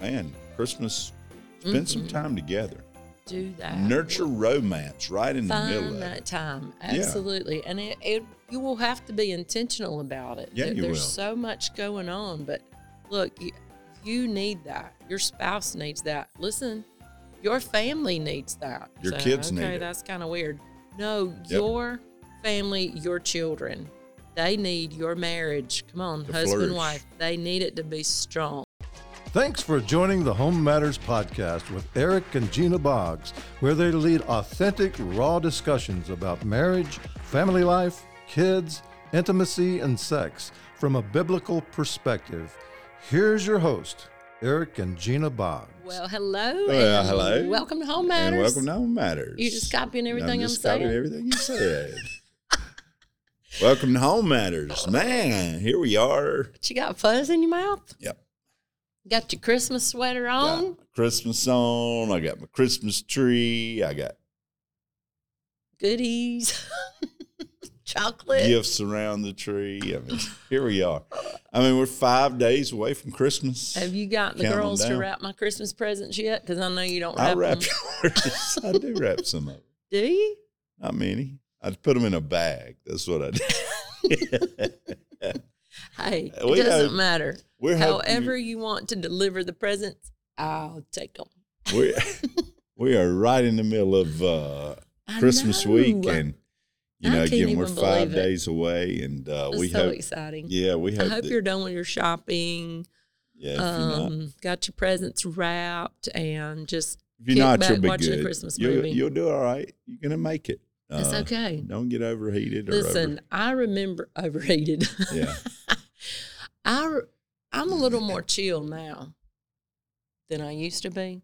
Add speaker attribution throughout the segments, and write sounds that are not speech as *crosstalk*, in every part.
Speaker 1: man, Christmas, spend some time together.
Speaker 2: do that.
Speaker 1: Nurture romance right in the middle of
Speaker 2: Find
Speaker 1: it.
Speaker 2: that time. Absolutely. And it, it, you will have to be intentional about it.
Speaker 1: Yeah, you
Speaker 2: There's
Speaker 1: will.
Speaker 2: so much going on. But look, you, you need that. Your spouse needs that. Listen, your family needs that.
Speaker 1: Your kids
Speaker 2: okay,
Speaker 1: need it.
Speaker 2: that's kind of weird. No, your family, your children, they need your marriage. Come on,
Speaker 1: To
Speaker 2: husband,
Speaker 1: flourish.
Speaker 2: wife. They need it to be strong.
Speaker 3: Thanks for joining the Home Matters Podcast with Eric and Gina Boggs, where they lead authentic, raw discussions about marriage, family life, kids, intimacy, and sex from a biblical perspective. Here's your host, Eric and Gina Boggs.
Speaker 2: Well, hello.
Speaker 1: Well,
Speaker 2: and
Speaker 1: hello.
Speaker 2: Welcome to Home Matters.
Speaker 1: And welcome to Home Matters.
Speaker 2: You just copying everything I'm
Speaker 1: just
Speaker 2: saying?
Speaker 1: Copying everything you
Speaker 2: *laughs*
Speaker 1: said. welcome to Home Matters, man. Here we are.
Speaker 2: But you got fuzz in your mouth?
Speaker 1: Yep.
Speaker 2: Got your Christmas sweater on?
Speaker 1: Got my Christmas on. I got my Christmas tree. I got
Speaker 2: Goodies? *laughs* Chocolate?
Speaker 1: gifts around the tree. I mean, here we are. I mean, we're five days away from Christmas.
Speaker 2: Have you got the
Speaker 1: Count 'em
Speaker 2: girls to
Speaker 1: down.
Speaker 2: wrap my Christmas presents yet? Because I know you don't
Speaker 1: I
Speaker 2: wrap,
Speaker 1: wrap
Speaker 2: them.
Speaker 1: yours. I do wrap some of them.
Speaker 2: Do you?
Speaker 1: Not many. I put them in a bag. That's what I do.
Speaker 2: Hey, it
Speaker 1: We
Speaker 2: doesn't
Speaker 1: hope-
Speaker 2: matter.
Speaker 1: *laughs* We're hoping you-
Speaker 2: However you want to deliver the presents, I'll take them.
Speaker 1: we we are right in the middle of uh, Christmas week, and you
Speaker 2: I
Speaker 1: know,
Speaker 2: can't
Speaker 1: again, we're
Speaker 2: even
Speaker 1: five
Speaker 2: believe it.
Speaker 1: days away, and uh,
Speaker 2: it's
Speaker 1: we
Speaker 2: so
Speaker 1: hope.
Speaker 2: exciting.
Speaker 1: Yeah, we
Speaker 2: I
Speaker 1: hope.
Speaker 2: hope
Speaker 1: that-
Speaker 2: you're done with your shopping.
Speaker 1: yeah, if you're not,
Speaker 2: um, got your presents wrapped and just
Speaker 1: if you're
Speaker 2: kick
Speaker 1: not
Speaker 2: back
Speaker 1: you'll be
Speaker 2: watching a
Speaker 1: good.
Speaker 2: Christmas
Speaker 1: you'll,
Speaker 2: movie.
Speaker 1: you'll do all right. You're gonna make it.
Speaker 2: It's
Speaker 1: Uh,
Speaker 2: okay.
Speaker 1: Don't get overheated.
Speaker 2: listen. I remember *laughs* overrated.
Speaker 1: Or over,
Speaker 2: *laughs*
Speaker 1: yeah,
Speaker 2: I re- I'm a little
Speaker 1: *laughs*
Speaker 2: more chill now than I used to be.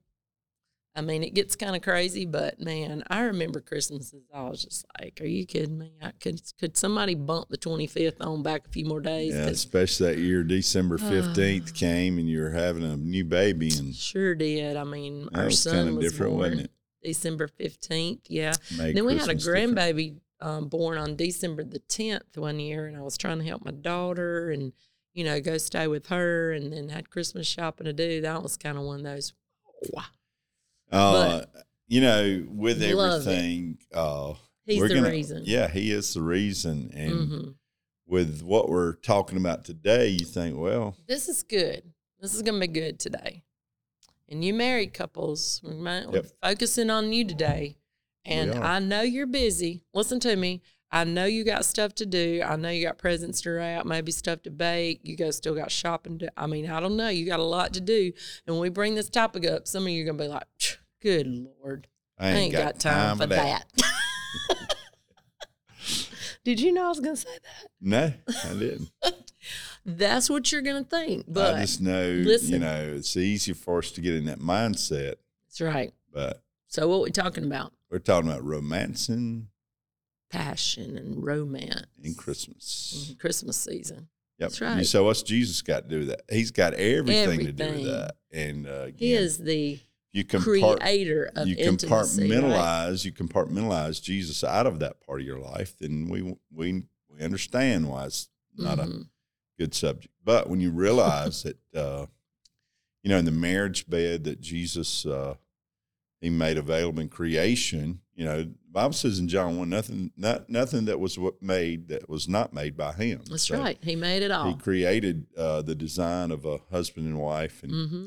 Speaker 2: I mean, it gets kind of crazy, but man, I remember Christmases. I was just like, "Are you kidding me? I could could somebody bump the 25th on back a few more days?
Speaker 1: yeah.
Speaker 2: 'Cause
Speaker 1: Especially that year, December
Speaker 2: Ah.
Speaker 1: fifteenth came, and you were having a new baby, and
Speaker 2: sure did. I mean,
Speaker 1: that
Speaker 2: our
Speaker 1: was
Speaker 2: son
Speaker 1: kind of
Speaker 2: was
Speaker 1: different,
Speaker 2: born
Speaker 1: wasn't it?
Speaker 2: December 15th. Yeah,
Speaker 1: Made
Speaker 2: then we had a
Speaker 1: Christmas different.
Speaker 2: grandbaby um, born on December the 10th one year, and I was trying to help my daughter and, you know, go stay with her and then had Christmas shopping to do. That was kind of one of those. "Wow,
Speaker 1: Uh, you know, with
Speaker 2: Love it.
Speaker 1: everything, uh,
Speaker 2: He's
Speaker 1: we're
Speaker 2: the
Speaker 1: gonna-
Speaker 2: reason.
Speaker 1: Yeah, he is the reason, and.
Speaker 2: Mhm.
Speaker 1: with what we're talking about today, you think, well,
Speaker 2: This is good. This is going to be good today. And you married couples, we might, we're
Speaker 1: Yep.
Speaker 2: focusing on you today. And
Speaker 1: are.
Speaker 2: I know you're busy. Listen to me. I know you got stuff to do. I know you got presents to wrap, maybe stuff to bake. You guys still got shopping to. I mean, I don't know. You got a lot to do. And when we bring this topic up, some of you are going to be like, "Phew, "Good lord,
Speaker 1: I
Speaker 2: I
Speaker 1: ain't,
Speaker 2: ain't got, time, for that." *laughs* Did you know I was going to say that?
Speaker 1: No, I
Speaker 2: *laughs*
Speaker 1: didn't.
Speaker 2: That's what you're going to think. But
Speaker 1: I just know, you
Speaker 2: listen.
Speaker 1: know, it's easy for us to get in that mindset,
Speaker 2: that's right.
Speaker 1: but
Speaker 2: So what we talking about?
Speaker 1: we're talking about romancing
Speaker 2: passion and romance
Speaker 1: and Christmas.
Speaker 2: in Christmas season.
Speaker 1: Yep.
Speaker 2: Mm-hmm. That's right.
Speaker 1: You say, what's Jesus got to do with that? He's got everything, to do with
Speaker 2: Everything.
Speaker 1: that. And uh, again,
Speaker 2: He is the
Speaker 1: you compart-
Speaker 2: creator of
Speaker 1: you
Speaker 2: intimacy. right?
Speaker 1: compartmentalize you compartmentalize Jesus out of that part of your life, then we we we understand why it's not a
Speaker 2: Mhm.
Speaker 1: good subject. But when you realize that uh, you know in the marriage bed that Jesus uh, he made available in creation, you know, the Bible says in John one nothing not nothing that was what made that was not made by him.
Speaker 2: That's
Speaker 1: So
Speaker 2: right. He made
Speaker 1: He
Speaker 2: it all.
Speaker 1: created uh, the design of a husband and wife, and
Speaker 2: hmm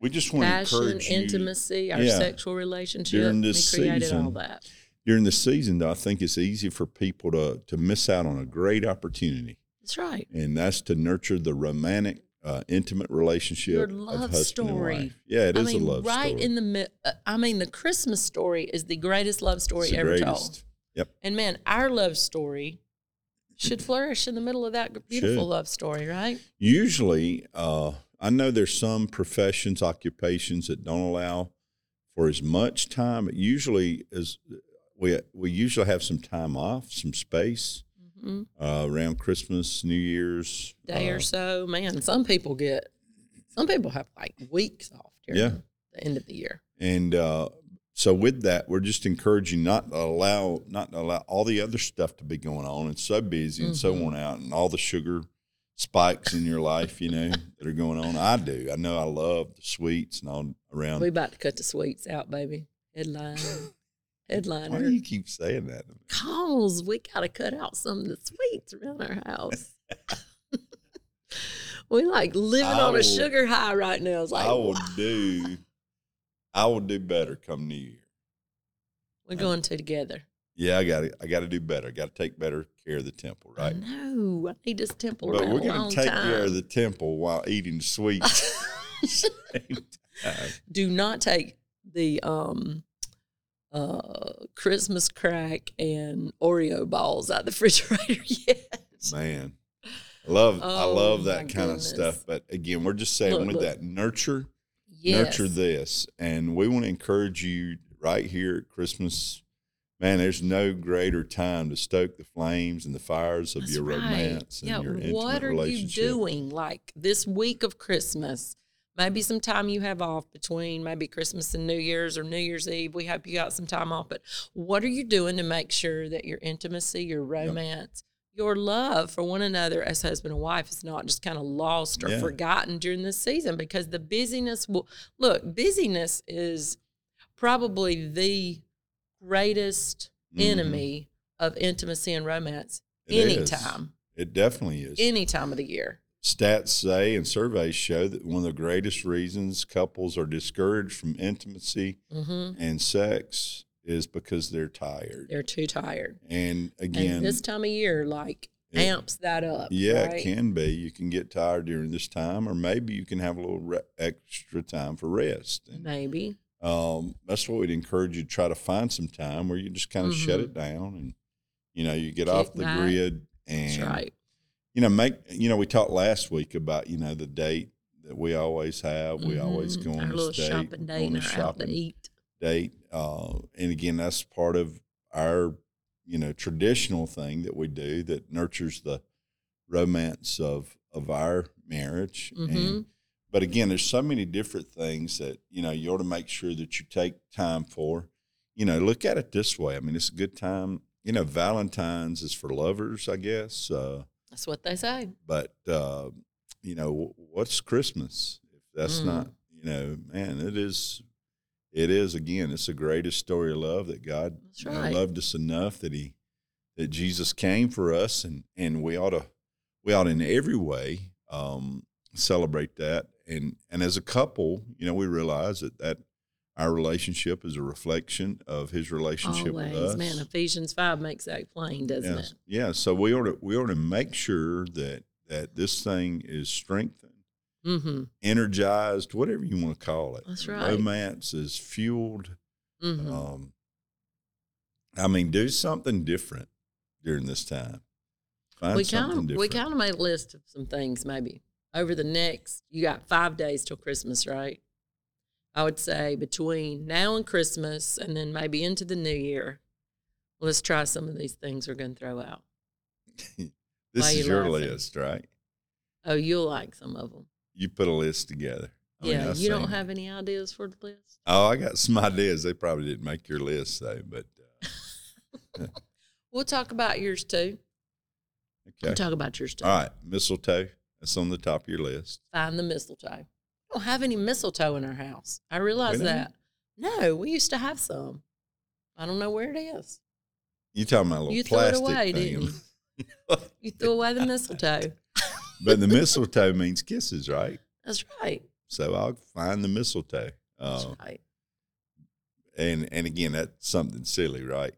Speaker 1: we just want to
Speaker 2: Passion,
Speaker 1: encourage you.
Speaker 2: intimacy, our
Speaker 1: Yeah.
Speaker 2: sexual relationship.
Speaker 1: During this
Speaker 2: he created all
Speaker 1: season,
Speaker 2: that.
Speaker 1: during the season though i think it's easy for people to to miss out on a great opportunity
Speaker 2: That's right.
Speaker 1: and that's to nurture the romantic uh, intimate relationship
Speaker 2: Your
Speaker 1: of
Speaker 2: love
Speaker 1: husband
Speaker 2: story.
Speaker 1: and wife yeah it
Speaker 2: I
Speaker 1: is
Speaker 2: mean,
Speaker 1: a love
Speaker 2: right
Speaker 1: story
Speaker 2: in the mid. Uh, I mean, the Christmas story is the greatest love story
Speaker 1: It's the
Speaker 2: ever told.
Speaker 1: greatest. yep
Speaker 2: And man, our love story should flourish in the middle of that beautiful
Speaker 1: Should.
Speaker 2: love story, right?
Speaker 1: usually uh, i know there's some professions occupations that don't allow for as much time it usually is we we usually have some time off some space
Speaker 2: hmm
Speaker 1: uh, around christmas new year's
Speaker 2: day
Speaker 1: uh,
Speaker 2: or so. Man, Um, some people get, some people have like weeks off during
Speaker 1: Yeah.
Speaker 2: the end of the year.
Speaker 1: And uh, so with that, we're just encouraging not to allow
Speaker 2: Mm-hmm.
Speaker 1: not to allow all the other stuff to be going on and so busy and so worn out and all the sugar spikes in your life, you know, that are going on. I do. I know I love the sweets and all around.
Speaker 2: We about to cut the sweets out, baby.
Speaker 1: *laughs*
Speaker 2: Headline,
Speaker 1: Why do
Speaker 2: headliner.
Speaker 1: you keep saying that?
Speaker 2: Cause we gotta cut out some of the sweets around
Speaker 1: *laughs*
Speaker 2: our house. we like living
Speaker 1: I
Speaker 2: on
Speaker 1: will-
Speaker 2: a sugar high right now. It's like
Speaker 1: I will
Speaker 2: "Wow."
Speaker 1: do. I will do better come New Year.
Speaker 2: we're going to together.
Speaker 1: Yeah, I got to I got to do better. I got to take better care of the temple, right?
Speaker 2: No, I need this temple
Speaker 1: But
Speaker 2: around
Speaker 1: we're
Speaker 2: a long
Speaker 1: going to take
Speaker 2: time.
Speaker 1: care of the temple while eating sweets. *laughs*
Speaker 2: *laughs*
Speaker 1: Same time.
Speaker 2: do not take the um uh Christmas crack and Oreo balls out of the *laughs* refrigerator yet.
Speaker 1: Man, I love I
Speaker 2: Oh,
Speaker 1: love that
Speaker 2: my
Speaker 1: kind
Speaker 2: goodness.
Speaker 1: of stuff. But again, we're just saying
Speaker 2: Look,
Speaker 1: with
Speaker 2: look.
Speaker 1: that nurture,
Speaker 2: Yes.
Speaker 1: nurture this, and we want to encourage you right here at Christmas. Man, there's no greater time to stoke the flames and the fires of
Speaker 2: That's
Speaker 1: your
Speaker 2: right.
Speaker 1: romance and
Speaker 2: yeah,
Speaker 1: your intimate
Speaker 2: what are you
Speaker 1: relationship.
Speaker 2: doing like this week of Christmas? Maybe some time you have off between maybe Christmas and New Year's or New Year's Eve. We hope you got some time off, but what are you doing to make sure that your intimacy, your romance, your love for one another as husband and wife is not just kind of lost or
Speaker 1: Yeah.
Speaker 2: forgotten during this season? Because the busyness will look, busyness is probably the greatest
Speaker 1: Mhm.
Speaker 2: enemy of intimacy and romance
Speaker 1: It is.
Speaker 2: anytime,
Speaker 1: It definitely is.
Speaker 2: any time of the year.
Speaker 1: Stats say and surveys show that one of the greatest reasons couples are discouraged from intimacy
Speaker 2: hmm
Speaker 1: and sex is because they're tired.
Speaker 2: They're too tired.
Speaker 1: and again,
Speaker 2: and this time of year, like,
Speaker 1: It-
Speaker 2: amps that up.
Speaker 1: Yeah,
Speaker 2: right?
Speaker 1: it can be. You can get tired during this time, or maybe you can have a little re- extra time for rest. And,
Speaker 2: Maybe.
Speaker 1: um, that's what we'd encourage you to try to find some time where you just kind of shut
Speaker 2: Mhm.
Speaker 1: it down and, you know, you get off
Speaker 2: Kick
Speaker 1: the
Speaker 2: back.
Speaker 1: grid
Speaker 2: That's
Speaker 1: and,
Speaker 2: right.
Speaker 1: you know, make, you know, we talked last week about, you know, the date that we always have. We always
Speaker 2: Mhm.
Speaker 1: go on
Speaker 2: Our little
Speaker 1: this date,
Speaker 2: shopping
Speaker 1: go
Speaker 2: date
Speaker 1: on
Speaker 2: and
Speaker 1: this
Speaker 2: our out to
Speaker 1: shopping
Speaker 2: eat.
Speaker 1: date. Uh, and again, that's part of our, you know, traditional thing that we do that nurtures the romance of of our marriage. And,
Speaker 2: Mhm.
Speaker 1: but again, there's so many different things that you know you ought to make sure that you take time for. You know, look at it this way. I mean, it's a good time. You know, Valentine's is for lovers, I guess. Uh,
Speaker 2: That's what they say.
Speaker 1: but uh, you know what's christmas if that's
Speaker 2: Mm.
Speaker 1: not you know man it is it is again it's the greatest story of love that god
Speaker 2: That's
Speaker 1: you know,
Speaker 2: right.
Speaker 1: loved us enough that he that jesus came for us and and we ought to we ought to in every way um celebrate that and and as a couple you know we realize that that our relationship is a reflection of his relationship with
Speaker 2: Always.
Speaker 1: us
Speaker 2: Man, Ephesians 5 makes that plain, doesn't
Speaker 1: Yes.
Speaker 2: it?
Speaker 1: Yeah. So we ought to we ought to make sure that that this thing is strengthened,
Speaker 2: Mm-hmm.
Speaker 1: energized, whatever you want to call it.
Speaker 2: That's
Speaker 1: The
Speaker 2: right.
Speaker 1: Romance is fueled.
Speaker 2: Mm-hmm.
Speaker 1: Um, I mean, do something different during this time. Find
Speaker 2: we
Speaker 1: something
Speaker 2: kind of
Speaker 1: different.
Speaker 2: we kind of made a list of some things maybe over the next you got five days till christmas right i would say between now and christmas and then maybe into the new year let's try some of these things we're going to throw out
Speaker 1: this
Speaker 2: Why
Speaker 1: is
Speaker 2: you
Speaker 1: your
Speaker 2: laughing?
Speaker 1: list, right?
Speaker 2: oh you'll like some of them
Speaker 1: You put a list together. I mean,
Speaker 2: yeah
Speaker 1: I've
Speaker 2: you don't
Speaker 1: seen it.
Speaker 2: have any ideas for the list
Speaker 1: Oh, I got some *laughs* ideas. They probably didn't make your list though, but uh,
Speaker 2: we'll talk about yours too
Speaker 1: uh,
Speaker 2: we'll
Speaker 1: okay.
Speaker 2: talk about yours too
Speaker 1: All right, mistletoe. That's on the top of your list.
Speaker 2: find the mistletoe we don't have any mistletoe in our house i realize
Speaker 1: don't?
Speaker 2: that no we used to have some i don't know where it is
Speaker 1: You talking about a little
Speaker 2: You threw it
Speaker 1: plastic
Speaker 2: away,
Speaker 1: thing?
Speaker 2: didn't
Speaker 1: *laughs*
Speaker 2: you threw away the mistletoe
Speaker 1: but the mistletoe means kisses, right?
Speaker 2: That's right.
Speaker 1: So I'll find the mistletoe.
Speaker 2: That's
Speaker 1: Uh,
Speaker 2: right.
Speaker 1: and and again, that's something silly, right?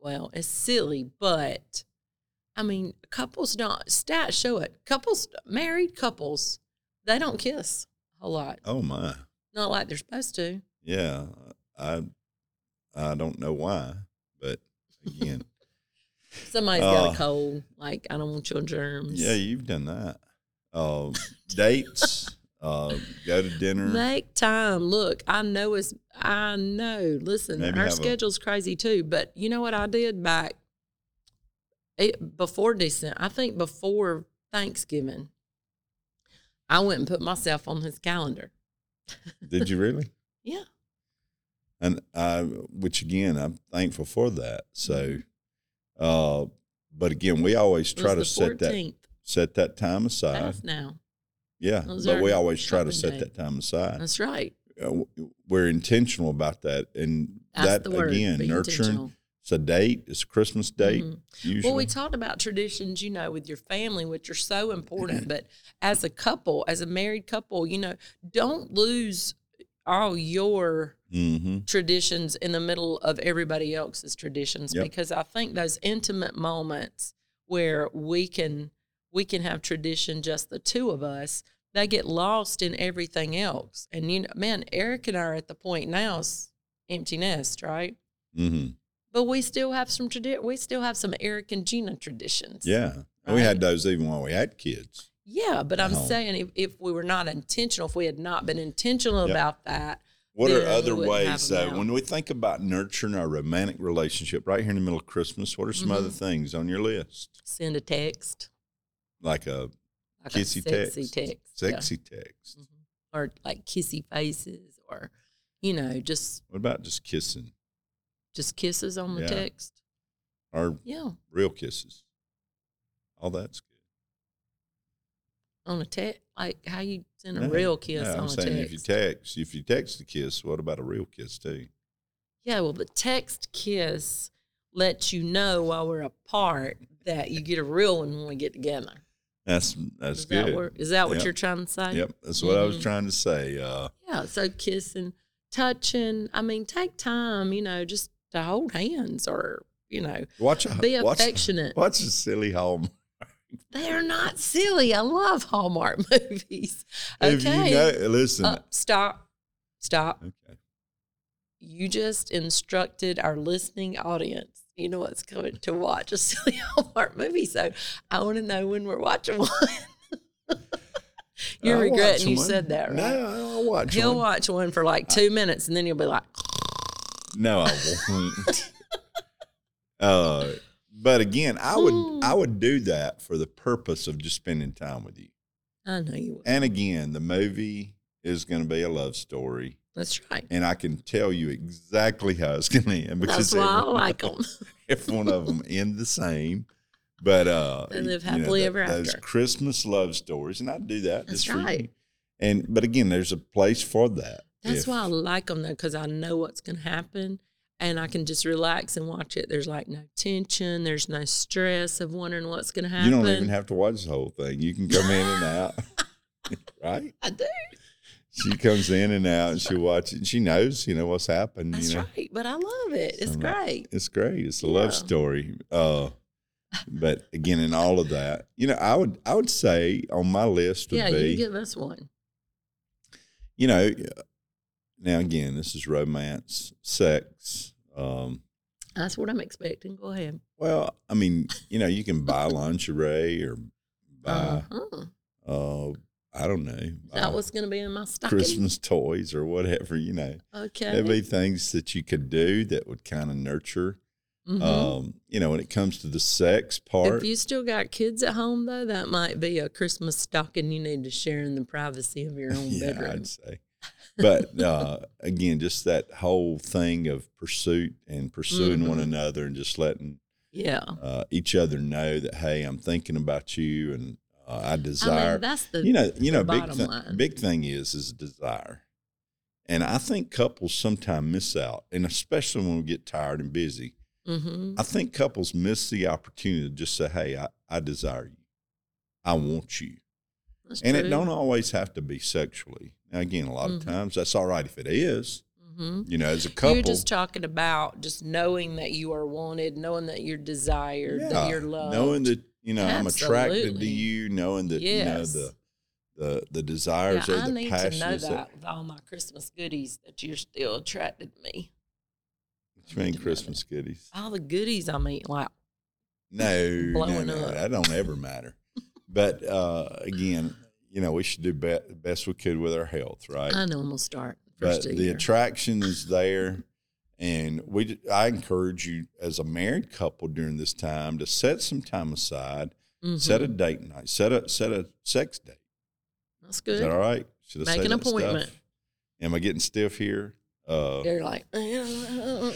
Speaker 2: Well, it's silly, but I mean, couples don't stats show it. Couples, married couples, they don't kiss a whole lot.
Speaker 1: Oh my,
Speaker 2: Not like they're supposed to.
Speaker 1: yeah. I I don't know why, but
Speaker 2: *laughs*
Speaker 1: again,
Speaker 2: Somebody's got
Speaker 1: Uh,
Speaker 2: a cold. Like I don't want your germs.
Speaker 1: yeah, you've done that. Um, dates, uh, go to dinner.
Speaker 2: Make time. Look, I know it's. I know. Listen,
Speaker 1: Maybe
Speaker 2: our
Speaker 1: have a-
Speaker 2: schedule's crazy too. But you know what I did back it, before December? I think before Thanksgiving, I went and put myself on his calendar.
Speaker 1: Did you really?
Speaker 2: Yeah.
Speaker 1: and I, which again, I'm thankful for that. So, uh, but again, we always
Speaker 2: Mm-hmm. It
Speaker 1: try to
Speaker 2: was the
Speaker 1: set that
Speaker 2: 14th.
Speaker 1: set that time aside.
Speaker 2: Half now.
Speaker 1: Yeah,
Speaker 2: Those
Speaker 1: but
Speaker 2: are
Speaker 1: we always try to
Speaker 2: shopping
Speaker 1: set
Speaker 2: days.
Speaker 1: that time aside.
Speaker 2: That's right.
Speaker 1: Uh, w- we're intentional about that, and
Speaker 2: That's
Speaker 1: that
Speaker 2: the word.
Speaker 1: again,
Speaker 2: be
Speaker 1: nurturing.
Speaker 2: intentional.
Speaker 1: It's a date. It's a Christmas date.
Speaker 2: Mhm.
Speaker 1: Usually,
Speaker 2: Well, we talked about traditions, you know, with your family, which are
Speaker 1: *clears throat*
Speaker 2: so important. but as a couple, as a married couple, you know, don't lose all your
Speaker 1: mm-hmm.
Speaker 2: traditions in the middle of everybody else's traditions
Speaker 1: Yep.
Speaker 2: because I think those intimate moments where we can we can have tradition just the two of us they get lost in everything else and you know man Eric and I are at the point now it's empty nest right
Speaker 1: Mm-hmm.
Speaker 2: but we still have some tradi- we still have some Eric and Gina traditions
Speaker 1: yeah. And we had
Speaker 2: Right.
Speaker 1: those even while we had kids.
Speaker 2: yeah but I'm
Speaker 1: No.
Speaker 2: saying if, if we were not intentional if we had not been intentional
Speaker 1: Yep.
Speaker 2: about that
Speaker 1: What
Speaker 2: Yeah,
Speaker 1: are
Speaker 2: we
Speaker 1: other
Speaker 2: wouldn't have
Speaker 1: ways,
Speaker 2: them
Speaker 1: though,
Speaker 2: now.
Speaker 1: when we think about nurturing our romantic relationship right here in the middle of Christmas? What are some
Speaker 2: Mm-hmm.
Speaker 1: other things on your list?
Speaker 2: send a text
Speaker 1: Like a
Speaker 2: like a
Speaker 1: kissy
Speaker 2: sexy
Speaker 1: text,
Speaker 2: text yeah. Mm-hmm.
Speaker 1: sexy text.
Speaker 2: or like kissy faces or you know just
Speaker 1: What about just kissing
Speaker 2: just kisses on the
Speaker 1: Yeah.
Speaker 2: text
Speaker 1: or
Speaker 2: yeah
Speaker 1: real kisses? All that's good.
Speaker 2: on a text like how you send a
Speaker 1: No,
Speaker 2: real kiss
Speaker 1: no,
Speaker 2: on
Speaker 1: I'm
Speaker 2: a
Speaker 1: saying
Speaker 2: text
Speaker 1: if you text, if you text a kiss, what about a real kiss too?
Speaker 2: yeah well the text kiss lets you know while we're apart that you get a real one when we get together
Speaker 1: That's that's
Speaker 2: is
Speaker 1: good.
Speaker 2: that where, is that what
Speaker 1: Yep.
Speaker 2: you're trying to say
Speaker 1: Yep, that's what I was
Speaker 2: Mhm.
Speaker 1: trying to say. Uh,
Speaker 2: yeah so kissing touching i mean take time you know just to hold hands or you know
Speaker 1: watch,
Speaker 2: Be
Speaker 1: watch,
Speaker 2: affectionate.
Speaker 1: Watch a silly home. *laughs*
Speaker 2: they're not silly i love hallmark *laughs* movies okay
Speaker 1: If you know, listen.
Speaker 2: Uh, stop. Stop.
Speaker 1: okay.
Speaker 2: You just instructed our listening audience. You know what's coming to watch a *laughs* silly Hallmark movie. So I want to know when we're
Speaker 1: *laughs*
Speaker 2: watching one. You're
Speaker 1: I'll watch
Speaker 2: regretting you
Speaker 1: one.
Speaker 2: said that, right?
Speaker 1: No, I'll watch
Speaker 2: He'll
Speaker 1: one.
Speaker 2: watch one for like two minutes and then you'll be like,
Speaker 1: *laughs* No, I won't. *laughs* uh, but again, I would
Speaker 2: Hmm.
Speaker 1: I would do that for the purpose of just spending time with you.
Speaker 2: I know you will.
Speaker 1: And again, the movie is going to be a love story,
Speaker 2: That's right.
Speaker 1: and I can tell you exactly how it's going to end because
Speaker 2: That's why I
Speaker 1: every,
Speaker 2: like them.
Speaker 1: *laughs*
Speaker 2: *laughs*
Speaker 1: every one of them end the same. But uh,
Speaker 2: They live
Speaker 1: you know,
Speaker 2: happily
Speaker 1: th-
Speaker 2: ever
Speaker 1: those
Speaker 2: after.
Speaker 1: Christmas love stories, and I do that.
Speaker 2: That's
Speaker 1: just for you.
Speaker 2: right.
Speaker 1: And but again, there's a place for that.
Speaker 2: That's
Speaker 1: If-
Speaker 2: why I like them though, because I know what's going to happen and I can just relax and watch it. There's like no tension, there's no stress of wondering what's going to happen.
Speaker 1: You don't even have to watch the whole thing. You can come in and out,
Speaker 2: *laughs*
Speaker 1: *laughs* right?
Speaker 2: I do.
Speaker 1: She comes in and out, and she watches. She knows, you know, what's happened.
Speaker 2: That's
Speaker 1: you know,
Speaker 2: right. But I love it. It's
Speaker 1: So, like,
Speaker 2: great.
Speaker 1: it's great. It's a love
Speaker 2: Yeah.
Speaker 1: story. Uh, but again, in all of that, you know, I would I would say on my list would
Speaker 2: Yeah,
Speaker 1: be
Speaker 2: you can give us one.
Speaker 1: you know, now again, this is romance, sex. Um,
Speaker 2: That's what I'm expecting. Go ahead.
Speaker 1: well, I mean, you know, you can buy
Speaker 2: *laughs*
Speaker 1: lingerie or buy,
Speaker 2: Uh-huh.
Speaker 1: uh, I don't know, buy
Speaker 2: That was going to be in my stocking.
Speaker 1: Christmas toys or whatever. You know,
Speaker 2: Okay.
Speaker 1: there'd be things that you could do that would kind of nurture.
Speaker 2: Mhm.
Speaker 1: Um, you know, when it comes to the sex part,
Speaker 2: if you still got kids at home, though, that might be a Christmas stocking you need to share in the privacy
Speaker 1: *laughs*
Speaker 2: of your own
Speaker 1: yeah,
Speaker 2: bedroom.
Speaker 1: I'd
Speaker 2: *laughs*
Speaker 1: say. But uh, again, just that whole thing of pursuit and pursuing one
Speaker 2: Mhm.
Speaker 1: another and just letting
Speaker 2: Yeah.
Speaker 1: uh, each other know that hey, I'm thinking about you and uh, I
Speaker 2: I
Speaker 1: desire.
Speaker 2: mean, that's the
Speaker 1: you know, you know,
Speaker 2: the
Speaker 1: big
Speaker 2: bottom
Speaker 1: thi-
Speaker 2: line.
Speaker 1: big thing is is desire, and I think couples sometimes miss out, and especially when we get tired and busy.
Speaker 2: hmm
Speaker 1: I think couples miss the opportunity to just say, "Hey, I, I desire you, I want you,"
Speaker 2: That's
Speaker 1: and it
Speaker 2: true.
Speaker 1: don't always have to be sexually. Now, again, a lot of
Speaker 2: Mhm.
Speaker 1: times that's all right if it is.
Speaker 2: Mhm.
Speaker 1: You know, as a couple,
Speaker 2: You're just talking about just knowing that you are wanted, knowing that you're desired, that you're loved.
Speaker 1: Knowing that you know I'm attracted to
Speaker 2: Absolutely.
Speaker 1: you, knowing that
Speaker 2: Yes.
Speaker 1: you know the the the
Speaker 2: Yeah,
Speaker 1: desires or
Speaker 2: I
Speaker 1: the
Speaker 2: need to
Speaker 1: passions
Speaker 2: know that,
Speaker 1: that
Speaker 2: with all my Christmas goodies that you're still attracted to me.
Speaker 1: What you mean Christmas goodies.
Speaker 2: All the goodies I'm eating, like
Speaker 1: No, no,
Speaker 2: Blowing
Speaker 1: no,
Speaker 2: up.
Speaker 1: that don't ever matter. But uh, again, you know, we should do be- best we could with our health, right?
Speaker 2: I know I'm gonna start
Speaker 1: but
Speaker 2: first of the
Speaker 1: the
Speaker 2: year.
Speaker 1: attraction is there, and we. d- I encourage you as a married couple during this time to set some time aside,
Speaker 2: Mhm.
Speaker 1: set a date night, set a set a sex date.
Speaker 2: That's
Speaker 1: Is that
Speaker 2: good.
Speaker 1: all right? Should I
Speaker 2: Make
Speaker 1: say
Speaker 2: an
Speaker 1: that stuff?
Speaker 2: appointment. *laughs*
Speaker 1: Am I getting stiff here? Uh,
Speaker 2: They're like,
Speaker 1: uh,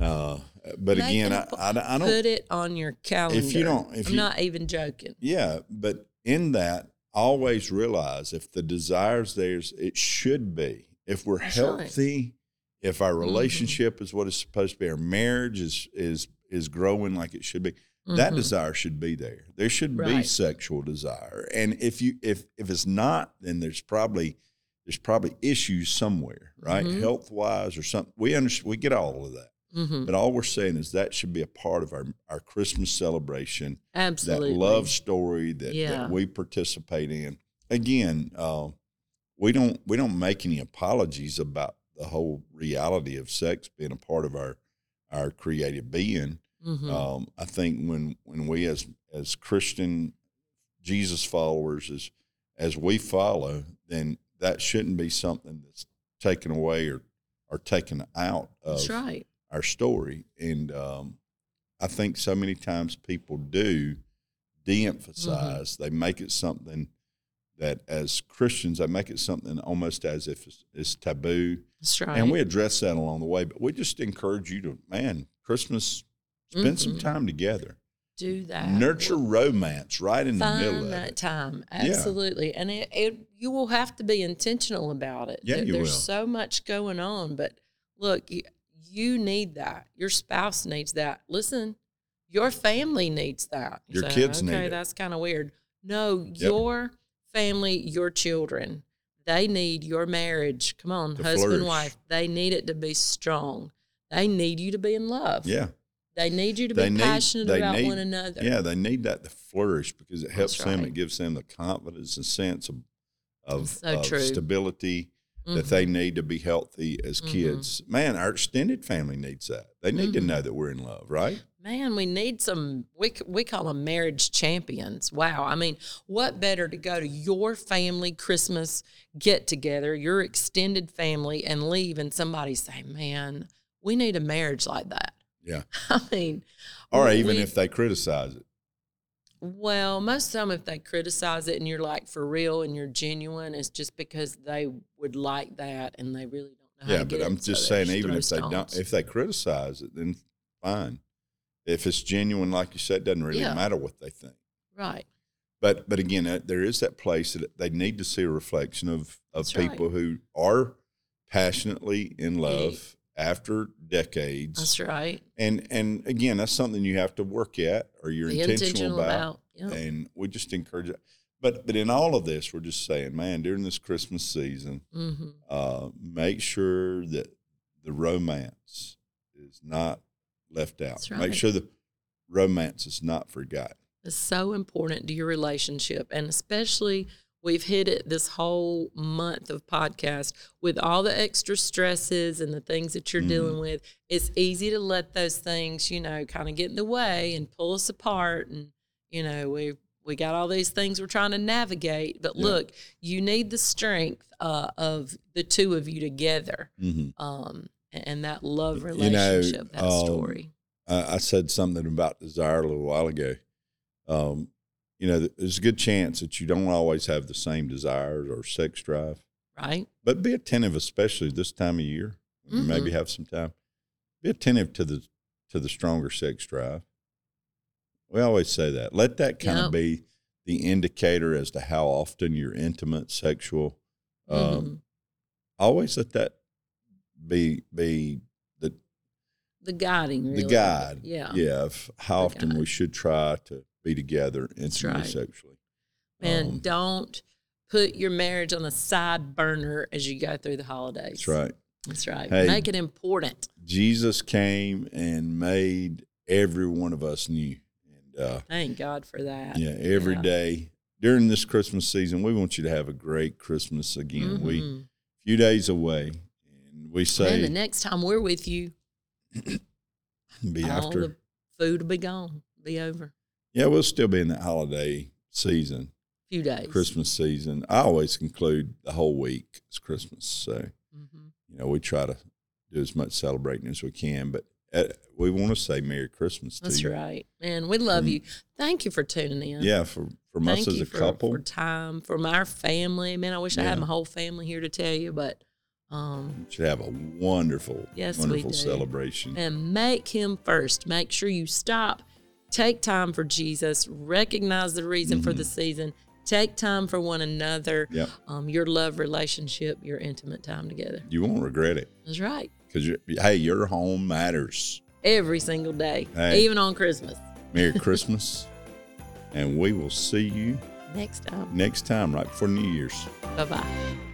Speaker 1: Uh, But
Speaker 2: Make
Speaker 1: again,
Speaker 2: an
Speaker 1: I,
Speaker 2: appo-
Speaker 1: I, I don't.
Speaker 2: Put it on your calendar.
Speaker 1: don't- if
Speaker 2: I'm
Speaker 1: you-
Speaker 2: not even joking.
Speaker 1: Yeah, but in that, always realize if the desire's theirs, it should be. If we're
Speaker 2: That's right.
Speaker 1: healthy, if our relationship is what it's supposed to be, our marriage is is is growing like it should be. That
Speaker 2: Mhm.
Speaker 1: desire should be there. There should be
Speaker 2: Right.
Speaker 1: sexual desire, and if you if if it's not, then there's probably there's probably issues somewhere, right?
Speaker 2: Mhm.
Speaker 1: Health wise or something. We understand. We get all of that,
Speaker 2: Mhm.
Speaker 1: but all we're saying is that should be a part of our our Christmas celebration
Speaker 2: Absolutely.
Speaker 1: that love story that,
Speaker 2: Yeah.
Speaker 1: that we participate in. Again, uh, we don't we don't make any apologies about the whole reality of sex being a part of our our creative being.
Speaker 2: Mhm.
Speaker 1: Um, I think when when we as as Christian Jesus followers as as we follow, then that shouldn't be something that's taken away or or taken out of
Speaker 2: That's right.
Speaker 1: our story. And um, I think so many times people do de emphasize,
Speaker 2: Mm-hmm.
Speaker 1: they make it something that as Christians, they make it something almost as if it's, it's taboo.
Speaker 2: That's right.
Speaker 1: And we address that along the way, but we just encourage you to, man, Christmas, spend some
Speaker 2: Mhm.
Speaker 1: time together,
Speaker 2: do that.
Speaker 1: nurture romance right in the
Speaker 2: Find
Speaker 1: middle of
Speaker 2: that
Speaker 1: it.
Speaker 2: time.
Speaker 1: Yeah.
Speaker 2: Absolutely. And it, it you will have to be intentional about it.
Speaker 1: Yeah,
Speaker 2: There-
Speaker 1: you
Speaker 2: There's
Speaker 1: will.
Speaker 2: so much going on, but look, you, you need that. Your spouse needs that. Listen, your family needs that. You
Speaker 1: Your kids need
Speaker 2: okay,
Speaker 1: it."
Speaker 2: that's kind of weird. No, your family, your children, they need your marriage. Come on,
Speaker 1: To
Speaker 2: husband,
Speaker 1: flourish.
Speaker 2: wife. They need it to be strong. They need you to be in love.
Speaker 1: Yeah.
Speaker 2: They need you to
Speaker 1: They
Speaker 2: be
Speaker 1: need-
Speaker 2: passionate
Speaker 1: they
Speaker 2: about
Speaker 1: need-
Speaker 2: one another.
Speaker 1: Yeah, they need that to flourish because it helps them.
Speaker 2: right.
Speaker 1: It gives them the confidence and sense of of,
Speaker 2: That's so
Speaker 1: of
Speaker 2: true.
Speaker 1: stability that
Speaker 2: Mhm.
Speaker 1: they need to be healthy as
Speaker 2: Mhm.
Speaker 1: kids. Man, our extended family needs that. They need
Speaker 2: Mhm.
Speaker 1: to know that we're in love, right?
Speaker 2: Man, we need some. We c- we call them marriage champions. Wow, I mean, what better to go to your family Christmas get together, your extended family, and leave, and somebody say, "Man, we need a marriage like that." *laughs*
Speaker 1: Yeah.
Speaker 2: I mean,
Speaker 1: Or
Speaker 2: we-
Speaker 1: even if they criticize it.
Speaker 2: well, most of them, if they criticize it, and you're like for real, and you're genuine, it's just because they would like that, and they really don't know. how
Speaker 1: Yeah,
Speaker 2: to get
Speaker 1: but
Speaker 2: it,
Speaker 1: I'm
Speaker 2: so
Speaker 1: just
Speaker 2: they
Speaker 1: saying, even
Speaker 2: throw
Speaker 1: if they don't,
Speaker 2: stones.
Speaker 1: if they criticize it, then fine. If it's genuine, like you said, it doesn't really
Speaker 2: Yeah.
Speaker 1: matter what they think.
Speaker 2: right,
Speaker 1: But but again, uh, there is that place that they need to see a reflection of of
Speaker 2: That's right.
Speaker 1: people who are passionately in love after decades.
Speaker 2: that's right.
Speaker 1: And and again, that's something you have to work at or you're
Speaker 2: Be
Speaker 1: intentional, about.
Speaker 2: yeah.
Speaker 1: And we just encourage it. But but in all of this, we're just saying, man, during this Christmas season,
Speaker 2: Mm-hmm.
Speaker 1: uh, make sure that the romance is not left out.
Speaker 2: That's
Speaker 1: Make
Speaker 2: right.
Speaker 1: sure the romance is not forgotten.
Speaker 2: is so important to your relationship and especially we've hit it this whole month of podcast with all the extra stresses and the things that you're
Speaker 1: Mhm.
Speaker 2: dealing with it's easy to let those things you know kind of get in the way and pull us apart and you know we we got all these things we're trying to navigate but
Speaker 1: Yeah.
Speaker 2: look you need the strength uh, of the two of you together
Speaker 1: Mm-hmm.
Speaker 2: um, and, and that love
Speaker 1: You know,
Speaker 2: relationship that
Speaker 1: um,
Speaker 2: story
Speaker 1: I, I said something about desire a little while ago. Um, you know, there's a good chance that you don't always have the same desires or sex drive,
Speaker 2: right
Speaker 1: but be attentive, especially this time of year. when You
Speaker 2: Mhm.
Speaker 1: maybe have some time. Be attentive to the to the stronger sex drive. We always say that. Let that kind
Speaker 2: Yep.
Speaker 1: of be the indicator as to how often you're intimate, sexual. Um,
Speaker 2: Mhm.
Speaker 1: Always let that be be the
Speaker 2: the guiding really.
Speaker 1: the guide.
Speaker 2: yeah
Speaker 1: Yeah. Of how
Speaker 2: The
Speaker 1: often we should try to be together intimately
Speaker 2: right.
Speaker 1: sexually.
Speaker 2: Man,
Speaker 1: Um,
Speaker 2: don't put your marriage on the side burner as you go through the holidays.
Speaker 1: that's right.
Speaker 2: That's right.
Speaker 1: Hey.
Speaker 2: Make it important.
Speaker 1: Jesus came and made every one of us new. And uh,
Speaker 2: Thank God for that.
Speaker 1: yeah, every day
Speaker 2: Yeah.
Speaker 1: during this Christmas season, we want you to have a great Christmas again. We
Speaker 2: Mhm.
Speaker 1: few days away, and we say
Speaker 2: Man, the next time we're with you,
Speaker 1: be
Speaker 2: all
Speaker 1: after.
Speaker 2: the food will be gone, be over.
Speaker 1: yeah, we'll still be in the holiday season,
Speaker 2: A few days.
Speaker 1: Christmas season. I always conclude the whole week is Christmas, so.
Speaker 2: hmm
Speaker 1: you know, we try to do as much celebrating as we can, but uh, we want to say Merry Christmas to
Speaker 2: That's
Speaker 1: you.
Speaker 2: right. Man, we love
Speaker 1: Mm.
Speaker 2: you. Thank you for tuning in.
Speaker 1: Yeah, for from
Speaker 2: Thank
Speaker 1: us as
Speaker 2: you
Speaker 1: a
Speaker 2: for,
Speaker 1: couple.
Speaker 2: for time, from our family. Man, I wish I had
Speaker 1: Yeah.
Speaker 2: my whole family here to tell you, but Um,
Speaker 1: Should have a wonderful,
Speaker 2: Yes, we
Speaker 1: wonderful
Speaker 2: do.
Speaker 1: celebration.
Speaker 2: and make him first. Make sure you stop, take time for Jesus, recognize the reason for the season, take time for one another,
Speaker 1: Mm-hmm. Yep.
Speaker 2: um, your love relationship, your intimate time together.
Speaker 1: You won't regret it
Speaker 2: That's right.
Speaker 1: because hey, your home matters.
Speaker 2: Every single day,
Speaker 1: Hey.
Speaker 2: even on Christmas. *laughs*
Speaker 1: Merry Christmas, and we will see you
Speaker 2: Next time.
Speaker 1: next time right before New Year's.
Speaker 2: Bye bye.